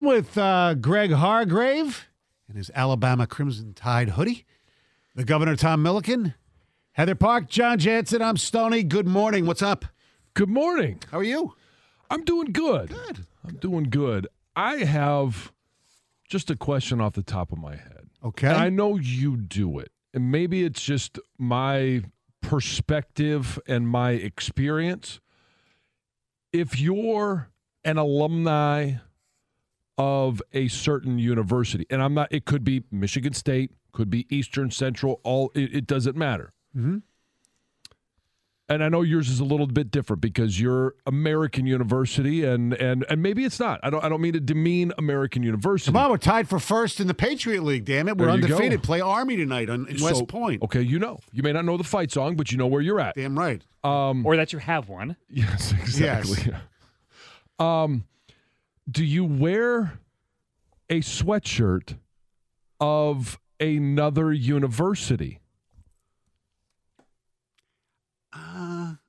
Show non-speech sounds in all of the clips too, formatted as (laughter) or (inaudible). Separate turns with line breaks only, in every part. with uh, Greg Hargrave in his Alabama Crimson Tide hoodie, the Governor Tom Milliken, Heather Park, John Jansen. I'm Stoney. Good morning. What's up?
Good morning.
How are you?
I'm doing good. Good. I'm doing good. I have just a question off the top of my head.
Okay.
And I know you do it. And maybe it's just my perspective and my experience. If you're an alumni of a certain university, and I'm not, it could be Michigan State, could be Eastern Central, all, it, it doesn't matter.
Mm-hmm.
and I know yours is a little bit different because you're American University, and and and maybe it's not. I don't I don't mean to demean American University.
Come on, we're tied for first in the Patriot League. Damn it, we're
There you go.
undefeated. Play Army tonight on, in
So-
West Point.
Okay, you know, you may not know the fight song, but you know where you're at.
Damn right.
Or that you have one.
Yes, (laughs) exactly. Um, do you wear a sweatshirt of another university?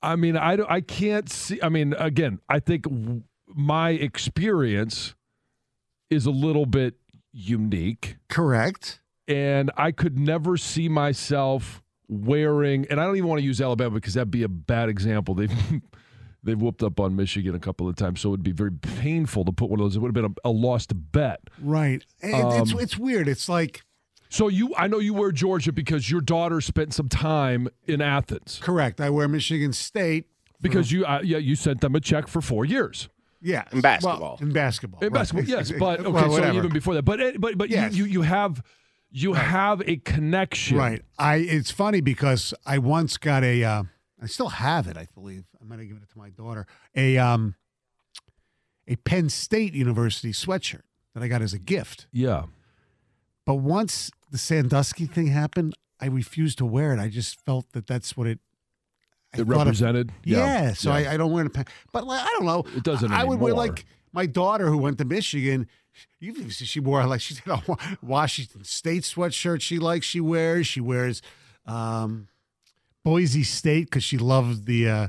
I mean, I don't, I can't see. I mean, again, I think w- my experience is a little bit unique
Correct.
and I could never see myself wearing. And I don't even want to use Alabama because that'd be a bad example. They've (laughs) they've whooped up on Michigan a couple of times, so it'd be very painful to put one of those. It would have been a, a lost bet.
Right. It- it's
Um,
it's weird. It's like
So you, I know you wear Georgia because your daughter spent some time in Athens
correct. I wear Michigan State.
because
Mm-hmm.
you, uh, yeah, you sent them a check for four years.
Yeah.
In basketball.
Well, in basketball.
In
Oh, right.
basketball,
(laughs)
yes, but okay.
Well,
so
whatever.
even before that, but eh, but but
Yes.
you, you you have you have a connection,
Right. I. It's funny because I once got a. Uh, I still have it. I believe I might have given it to my daughter. A um. A Penn State University sweatshirt that I got as a gift.
Yeah.
But once the Sandusky thing happened, I refused to wear it. I just felt that that's what it. I
It
thought of-
represented,
Yeah.
yeah,
so
yeah.
I, I don't wear it. in Penn- But like, I don't know.
It doesn't
I, I would wear
anymore.
like my daughter who went to Michigan. You she wore like (laughs) she did a Wa- Washington State sweatshirt. She likes. She wears. She wears um, Boise State because she loved the uh,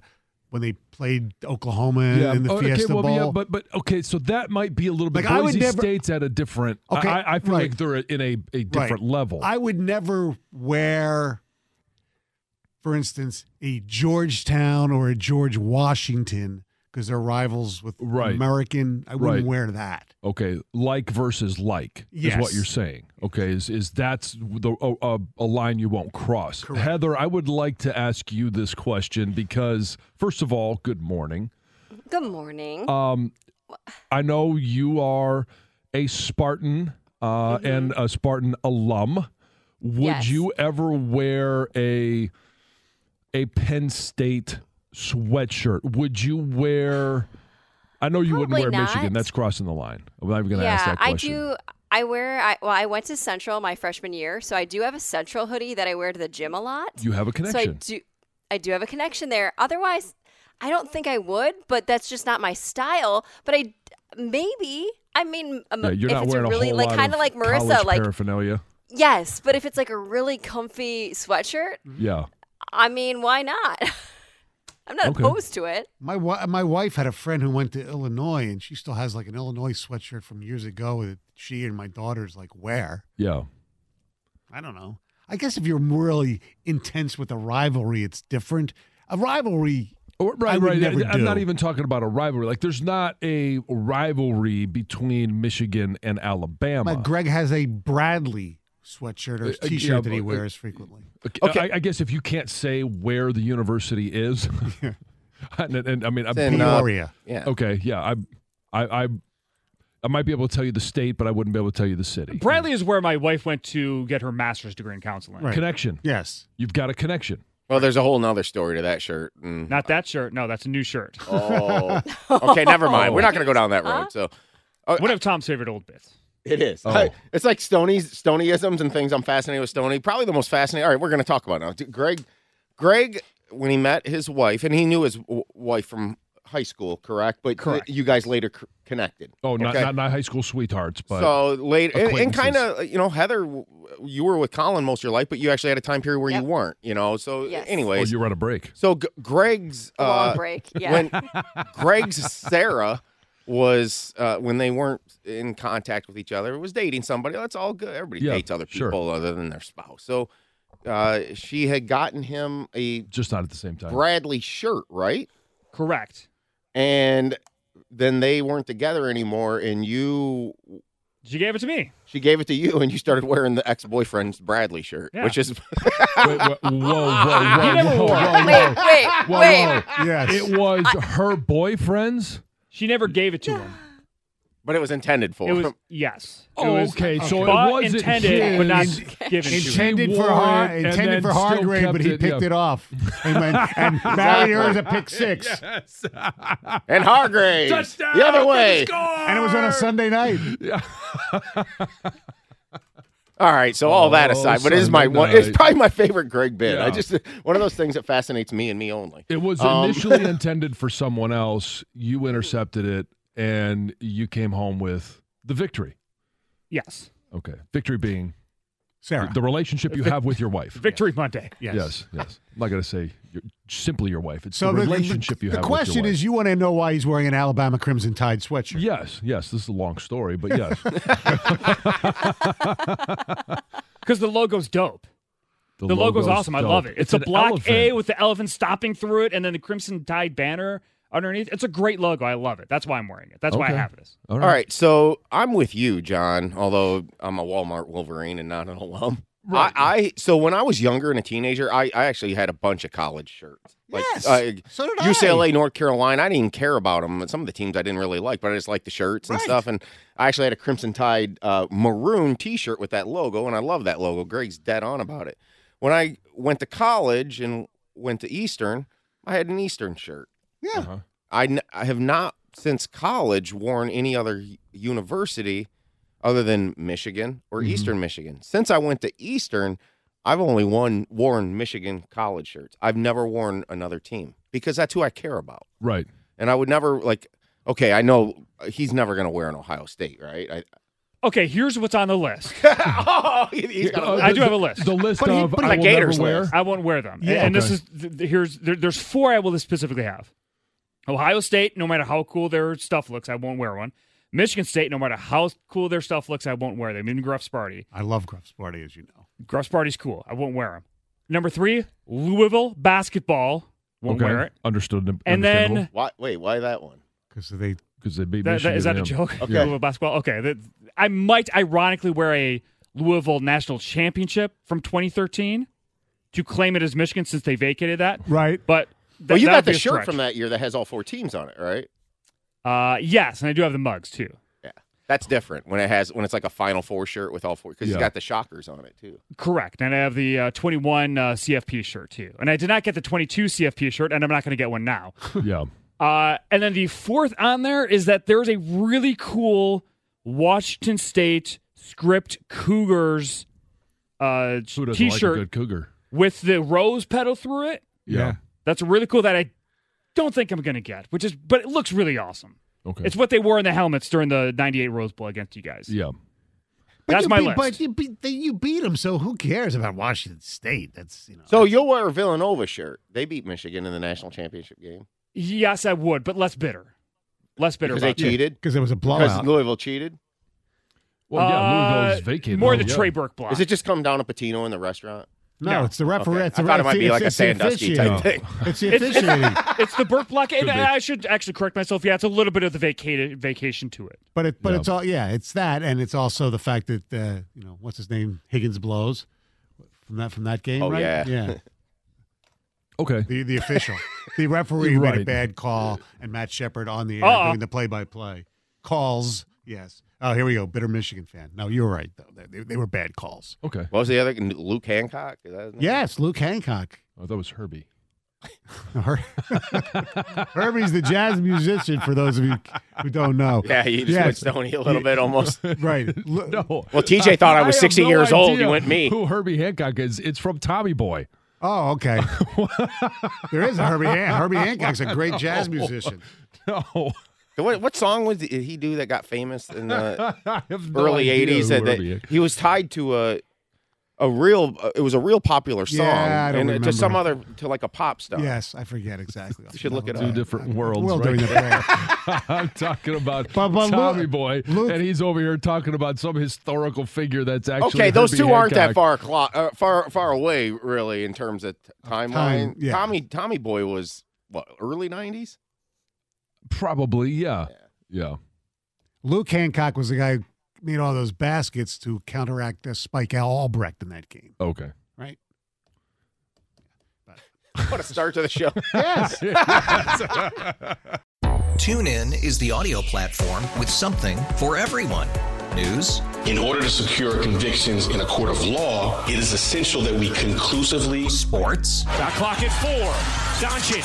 when they played Oklahoma in the
Oh,
Fiesta
well,
Bowl.
yeah, but but okay, so that might be a little bit.
Like, I would
Boise
never-
State's at a different. I-
Okay,
I, I feel
right.
like they're in a, a
Right.
different level.
I would never wear, for instance, a Georgetown or a George Washington because they're rivals with
Right.
American. I wouldn't
Right.
wear that.
okay, like versus like is
Yes.
what you're saying. Okay, is is that's the a, a, a line you won't cross. Heather, I would like to ask you this question because first of all, good morning.
Good morning.
Um, I know you are a Spartan uh, and a Spartan alum. Would
Mm-hmm. Yes.
you ever wear a a Penn State sweatshirt? Would you wear? I know you wouldn't
Probably
wear
not.
Michigan. That's crossing the line. I'm not even going to ask
yeah,
that
I
question.
do. I wear. I, well, I went to Central my freshman year, so I do have a Central hoodie that I wear to the gym a lot.
You have a
so I
connection.
do. I do have a connection there. Otherwise, I don't think I would. But that's just not my style. But I maybe. I mean, um,
yeah, you're
if
not
it's a
wearing
really
a whole
like
lot
kind
of
of like Marissa,
college
like
paraphernalia.
yes, but if it's like a really comfy sweatshirt,
Yeah.
I mean, why not? (laughs) I'm not
Okay.
opposed to it.
My wi- my wife had a friend who went to Illinois and she still has like an Illinois sweatshirt from years ago that she and my daughters like wear.
Yeah.
I don't know. I guess if you're really intense with a rivalry, it's different. A rivalry
Oh, Right,
I would
right.
never
I'm not
do.
even talking about a rivalry. Like, there's not a rivalry between Michigan and Alabama.
Like Greg has a Bradley sweatshirt or
Uh,
t shirt
yeah,
that he
but- (laughs)
wears frequently.
Okay, I, I guess if you can't say where the university
(laughs)
is, (laughs) and, and- I mean,
It's
I- (laughs)
in, uh, Peoria.
yeah. Okay. Yeah. I, I, I, I might be able to tell you the state, but I wouldn't be able to tell you the city.
Bradley is where my wife went to get her master's degree in counseling.
Connection.
Yes.
You've got a connection.
Well, there's a whole nother story to that shirt. and-
Not that shirt. No, that's a new shirt.
(laughs) Oh. Okay, never mind. We're not going to go down that road. So,
one of Tom's favorite old bits.
It is.
Oh.
I- it's like Stoney's Stoneyisms and things I'm fascinated with Stoney. Probably the most fascinating. All right, we're going to talk about it now. D- Greg, Greg, when he met his wife, and he knew his w- wife from high school, correct? But th- you guys later c- connected.
Oh, not,
okay?
not not high school sweethearts, but
so later, and,
acquaintances.
kind of, you know, Heather, w- w- you were with Colin most of your life, but you actually had a time period where you weren't, you know. So,
Yes.
Oh,
anyways,
you were on a break.
so G- Greg's
A long
uh,
break, yeah.
When
(laughs)
Greg's Sarah was uh, when they weren't in contact with each other, was dating somebody. That's all good. Everybody
Yeah,
dates other
sure.
people other than their spouse. So uh, she had gotten him a
just not at the same time
Bradley shirt, right?
Correct.
And then they weren't together anymore, and you.
She gave it to me.
She gave it to you, and you started wearing the ex-boyfriend's Bradley shirt,
Yeah.
which is
Wait, wait, whoa, whoa,
(laughs)
whoa,
He never
whoa,
wore it.
whoa,
Wait,
whoa.
wait,
whoa,
wait.
Whoa.
Yes.
It was her boyfriend's.
She never gave it to him.
But it was intended for.
It was yes. It
Oh,
was
okay, so it
bought,
wasn't
intended, but not
his.
given.
Intended
to
for
him.
hard, intended for hard grade, but he picked it off and, went, and married her as a pick six.
Yes.
and Hargrave
Touchdown,
the other
good
way.
score! And it was on a Sunday night.
All right, so all that
Oh,
aside, but it is my
Sunday
one. It's
night.
probably my favorite Greg bit. I
Yeah.
just one of those things that fascinates me and me only.
It was
Um, (laughs)
initially intended for someone else. You intercepted it, and you came home with the victory.
Yes.
Okay, victory being
Sarah.
the relationship you
Vic-
have with your wife.
Victory Monday.
Yes, yes. I'm not gonna say your, simply your wife. It's
So
the
the, the-
relationship you
the
have.
question
with your wife.
is you want to know why he's wearing an Alabama Crimson Tide sweatshirt.
Yes, yes. This is a long story, but yes.
Because the logo's dope. The, logo's, awesome. I love it. It's, a black
black
A with the elephant stopping through it, and then the crimson dyed banner underneath. It's a great logo. I love it. That's why I'm wearing it. That's why I
Okay.
have this.
All
right. so I'm with you, John. Although I'm a Walmart Wolverine and not an alum.
Right.
I, I so when I was younger and a teenager, I, I actually had a bunch of college shirts. Like
Yes, so did I.
UCLA, North Carolina. I didn't even care about them. Some of the teams I didn't really like, but I just liked the shirts and stuff. And I actually had a Crimson Tide uh, maroon T-shirt with that logo, and I love that logo. Greg's dead on about it. When I went to college and went to Eastern, I had an Eastern shirt.
Yeah.
Uh-huh.
I, n- I have not since college worn any other y- university other than Michigan or
Mm-hmm.
Eastern Michigan. Since I went to Eastern, I've only one worn Michigan college shirts. I've never worn another team because that's who I care about.
Right.
And I would never like okay, I know uh, he's never going to wear an Ohio State, right? I,
Okay, here's what's on the list.
(laughs) oh, he's got a list.
I do have a list.
The list
But he-
of
but
I
he-
will
Gators
never wear.
I won't wear them.
Yeah.
And this
Okay.
is th- th- here's there, there's four I will specifically have. Ohio State, no matter how cool their stuff looks, I won't wear one. Michigan State, no matter how cool their stuff looks, I won't wear them. Even Gruff's Party.
I love Gruff's Party, as you know.
Gruff's Party's cool. I won't wear them. Number three, Louisville basketball. Won't
okay.
wear it.
Understood.
And then
why, wait, why that one?
Because they
because they beat
That- that-
Michigan.
is that a
and-
joke?
Yeah.
Louisville basketball. Okay, that- I might ironically wear a Louisville national championship from 2013 to claim it as Michigan since they vacated that.
Right.
But that-
well, you
that
got
would be
the
a
shirt
stretch.
from that year that has all four teams on it, right?
Uh, yes, and I do have the mugs too.
Yeah. That's different when it has when it's like a Final Four shirt with all four because
Yeah.
he's got the shockers on it too.
Correct, and I have the uh, 21 uh, CFP shirt too. And I did not get the 22 CFP shirt, and I'm not going to get one now.
(laughs) Yeah.
Uh, and then the fourth on there is that there is a really cool Washington State script Cougars uh,
Who doesn't like a
T-shirt
good cougar?
with the rose petal through it.
Yeah.
That's really cool that I don't think I'm going to get, which is, but it looks really awesome.
Okay.
It's what they wore in the helmets during the 98 Rose Bowl against you guys.
Yeah.
That's
you
my
beat,
list.
But you beat, they, you beat them, so who cares about Washington State? That's you know.
So you'll wear a Villanova shirt. They beat Michigan in the national championship game
Yes, I would, but less bitter. Less bitter.
because they
about it.
cheated.
Because it was a
Because
blowout.
Louisville cheated.
Well, yeah, Uh, Louisville's vacated. more the
yeah.
Trey Burke block.
Does it just come down to Patino in the restaurant?
No, it's the referee.
Okay.
It's
I
the
thought it
it's
might
the-
be like a
it's the
Sandusky type
officiating.
thing.
(laughs)
(laughs)
It's the officiating.
it's the burp blockade.
Could be.
I should actually correct myself. Yeah, it's a little bit of the vacated vacation to it.
But it, but it's all yeah, it's that, and it's also the fact that uh, you know what's his name Higgins blows from that from that game,
Oh,
right?
yeah. okay.
The the official, the referee
You're
made a
right.
bad call, and Matt Shepard on the air
Uh-uh.
doing the play by play calls. Yes. Oh, here we go. Bitter Michigan fan. No, you're right though. They- They, they were bad calls.
Okay.
What was the other? Luke Hancock? Is that his name?
Yes, Luke Hancock.
Oh, that was Herbie.
(laughs) Her- Herbie's the jazz musician. For those of you who don't know,
Yeah, he just went stony a (laughs) little bit almost.
Right. no.
Well, TJ thought I was
have
60
no
years old.
idea
He went me.
Who Herbie Hancock is? It's from Tommy Boy.
(laughs)
Oh, okay. there is a Herbie Han- Herbie Hancock's
(laughs)
a great
Oh.
jazz musician.
No.
What, what song was did he do that got famous in the
(laughs) I have no
early
idea
'80s?
who
That, that
Herbie is.
he was tied to a a real. uh, it was a real popular song,
Yeah, I don't
and
remember.
to some other to like a pop star.
Yes, I forget exactly.
You should look it
Two
up.
different worlds.
Well,
right
during the
(laughs)
there. I'm (laughs) talking about
But- but Luke-
Tommy Boy, and he's over here talking about some historical figure that's actually
Okay, those
Herbie
two aren't that
Hancock.
far clo- uh, far far away, really, in terms of t- timeline.
yeah.
Tommy Tommy Boy was what early '90s.
Probably, yeah, yeah.
Luke Hancock was the guy who made all those baskets to counteract uh, Spike Albrecht in that game.
Okay.
Right.
What a start to the show.
(laughs) yes.
TuneIn is the audio platform with something for everyone. News,
In order to secure convictions in a court of law, it is essential that we conclusively
sports,
Shot clock at four. Doncic.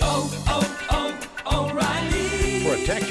Oh,
Protect